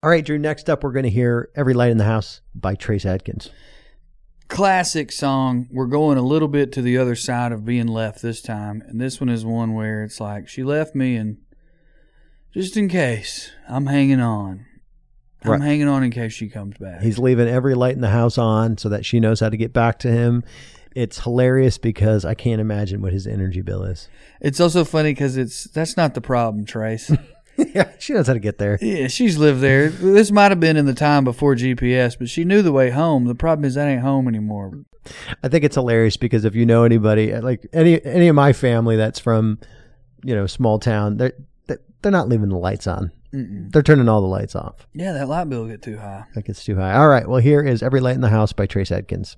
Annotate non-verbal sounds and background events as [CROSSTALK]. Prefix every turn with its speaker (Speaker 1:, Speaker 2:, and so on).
Speaker 1: All right, Drew, next up, we're going to hear Every Light in the House by Trace Adkins.
Speaker 2: classic song. We're going a little bit to the other side of being left this time, and this one is one where it's like she left me, and just in case, I'm hanging on.
Speaker 1: Right.
Speaker 2: I'm hanging on in case she comes back.
Speaker 1: He's leaving every light in the house on so that she knows how to get back to him. It's hilarious because I can't imagine what his energy bill is.
Speaker 2: it's also funny because it's that's not the problem, Trace. [LAUGHS]
Speaker 1: yeah, she knows how to get there.
Speaker 2: yeah, she's lived there. This might have been in the time before GPS, but she knew the way home. The problem is that ain't home anymore.
Speaker 1: I think it's hilarious because if you know anybody, uh, like any any of my family that's from, you know, small town, they're they're- they're not leaving the lights on. They're turning all the lights off.
Speaker 2: Yeah, that light bill get too high.
Speaker 1: Like it's too high. All right. Well, here is Every Light in the House by Trace Adkins.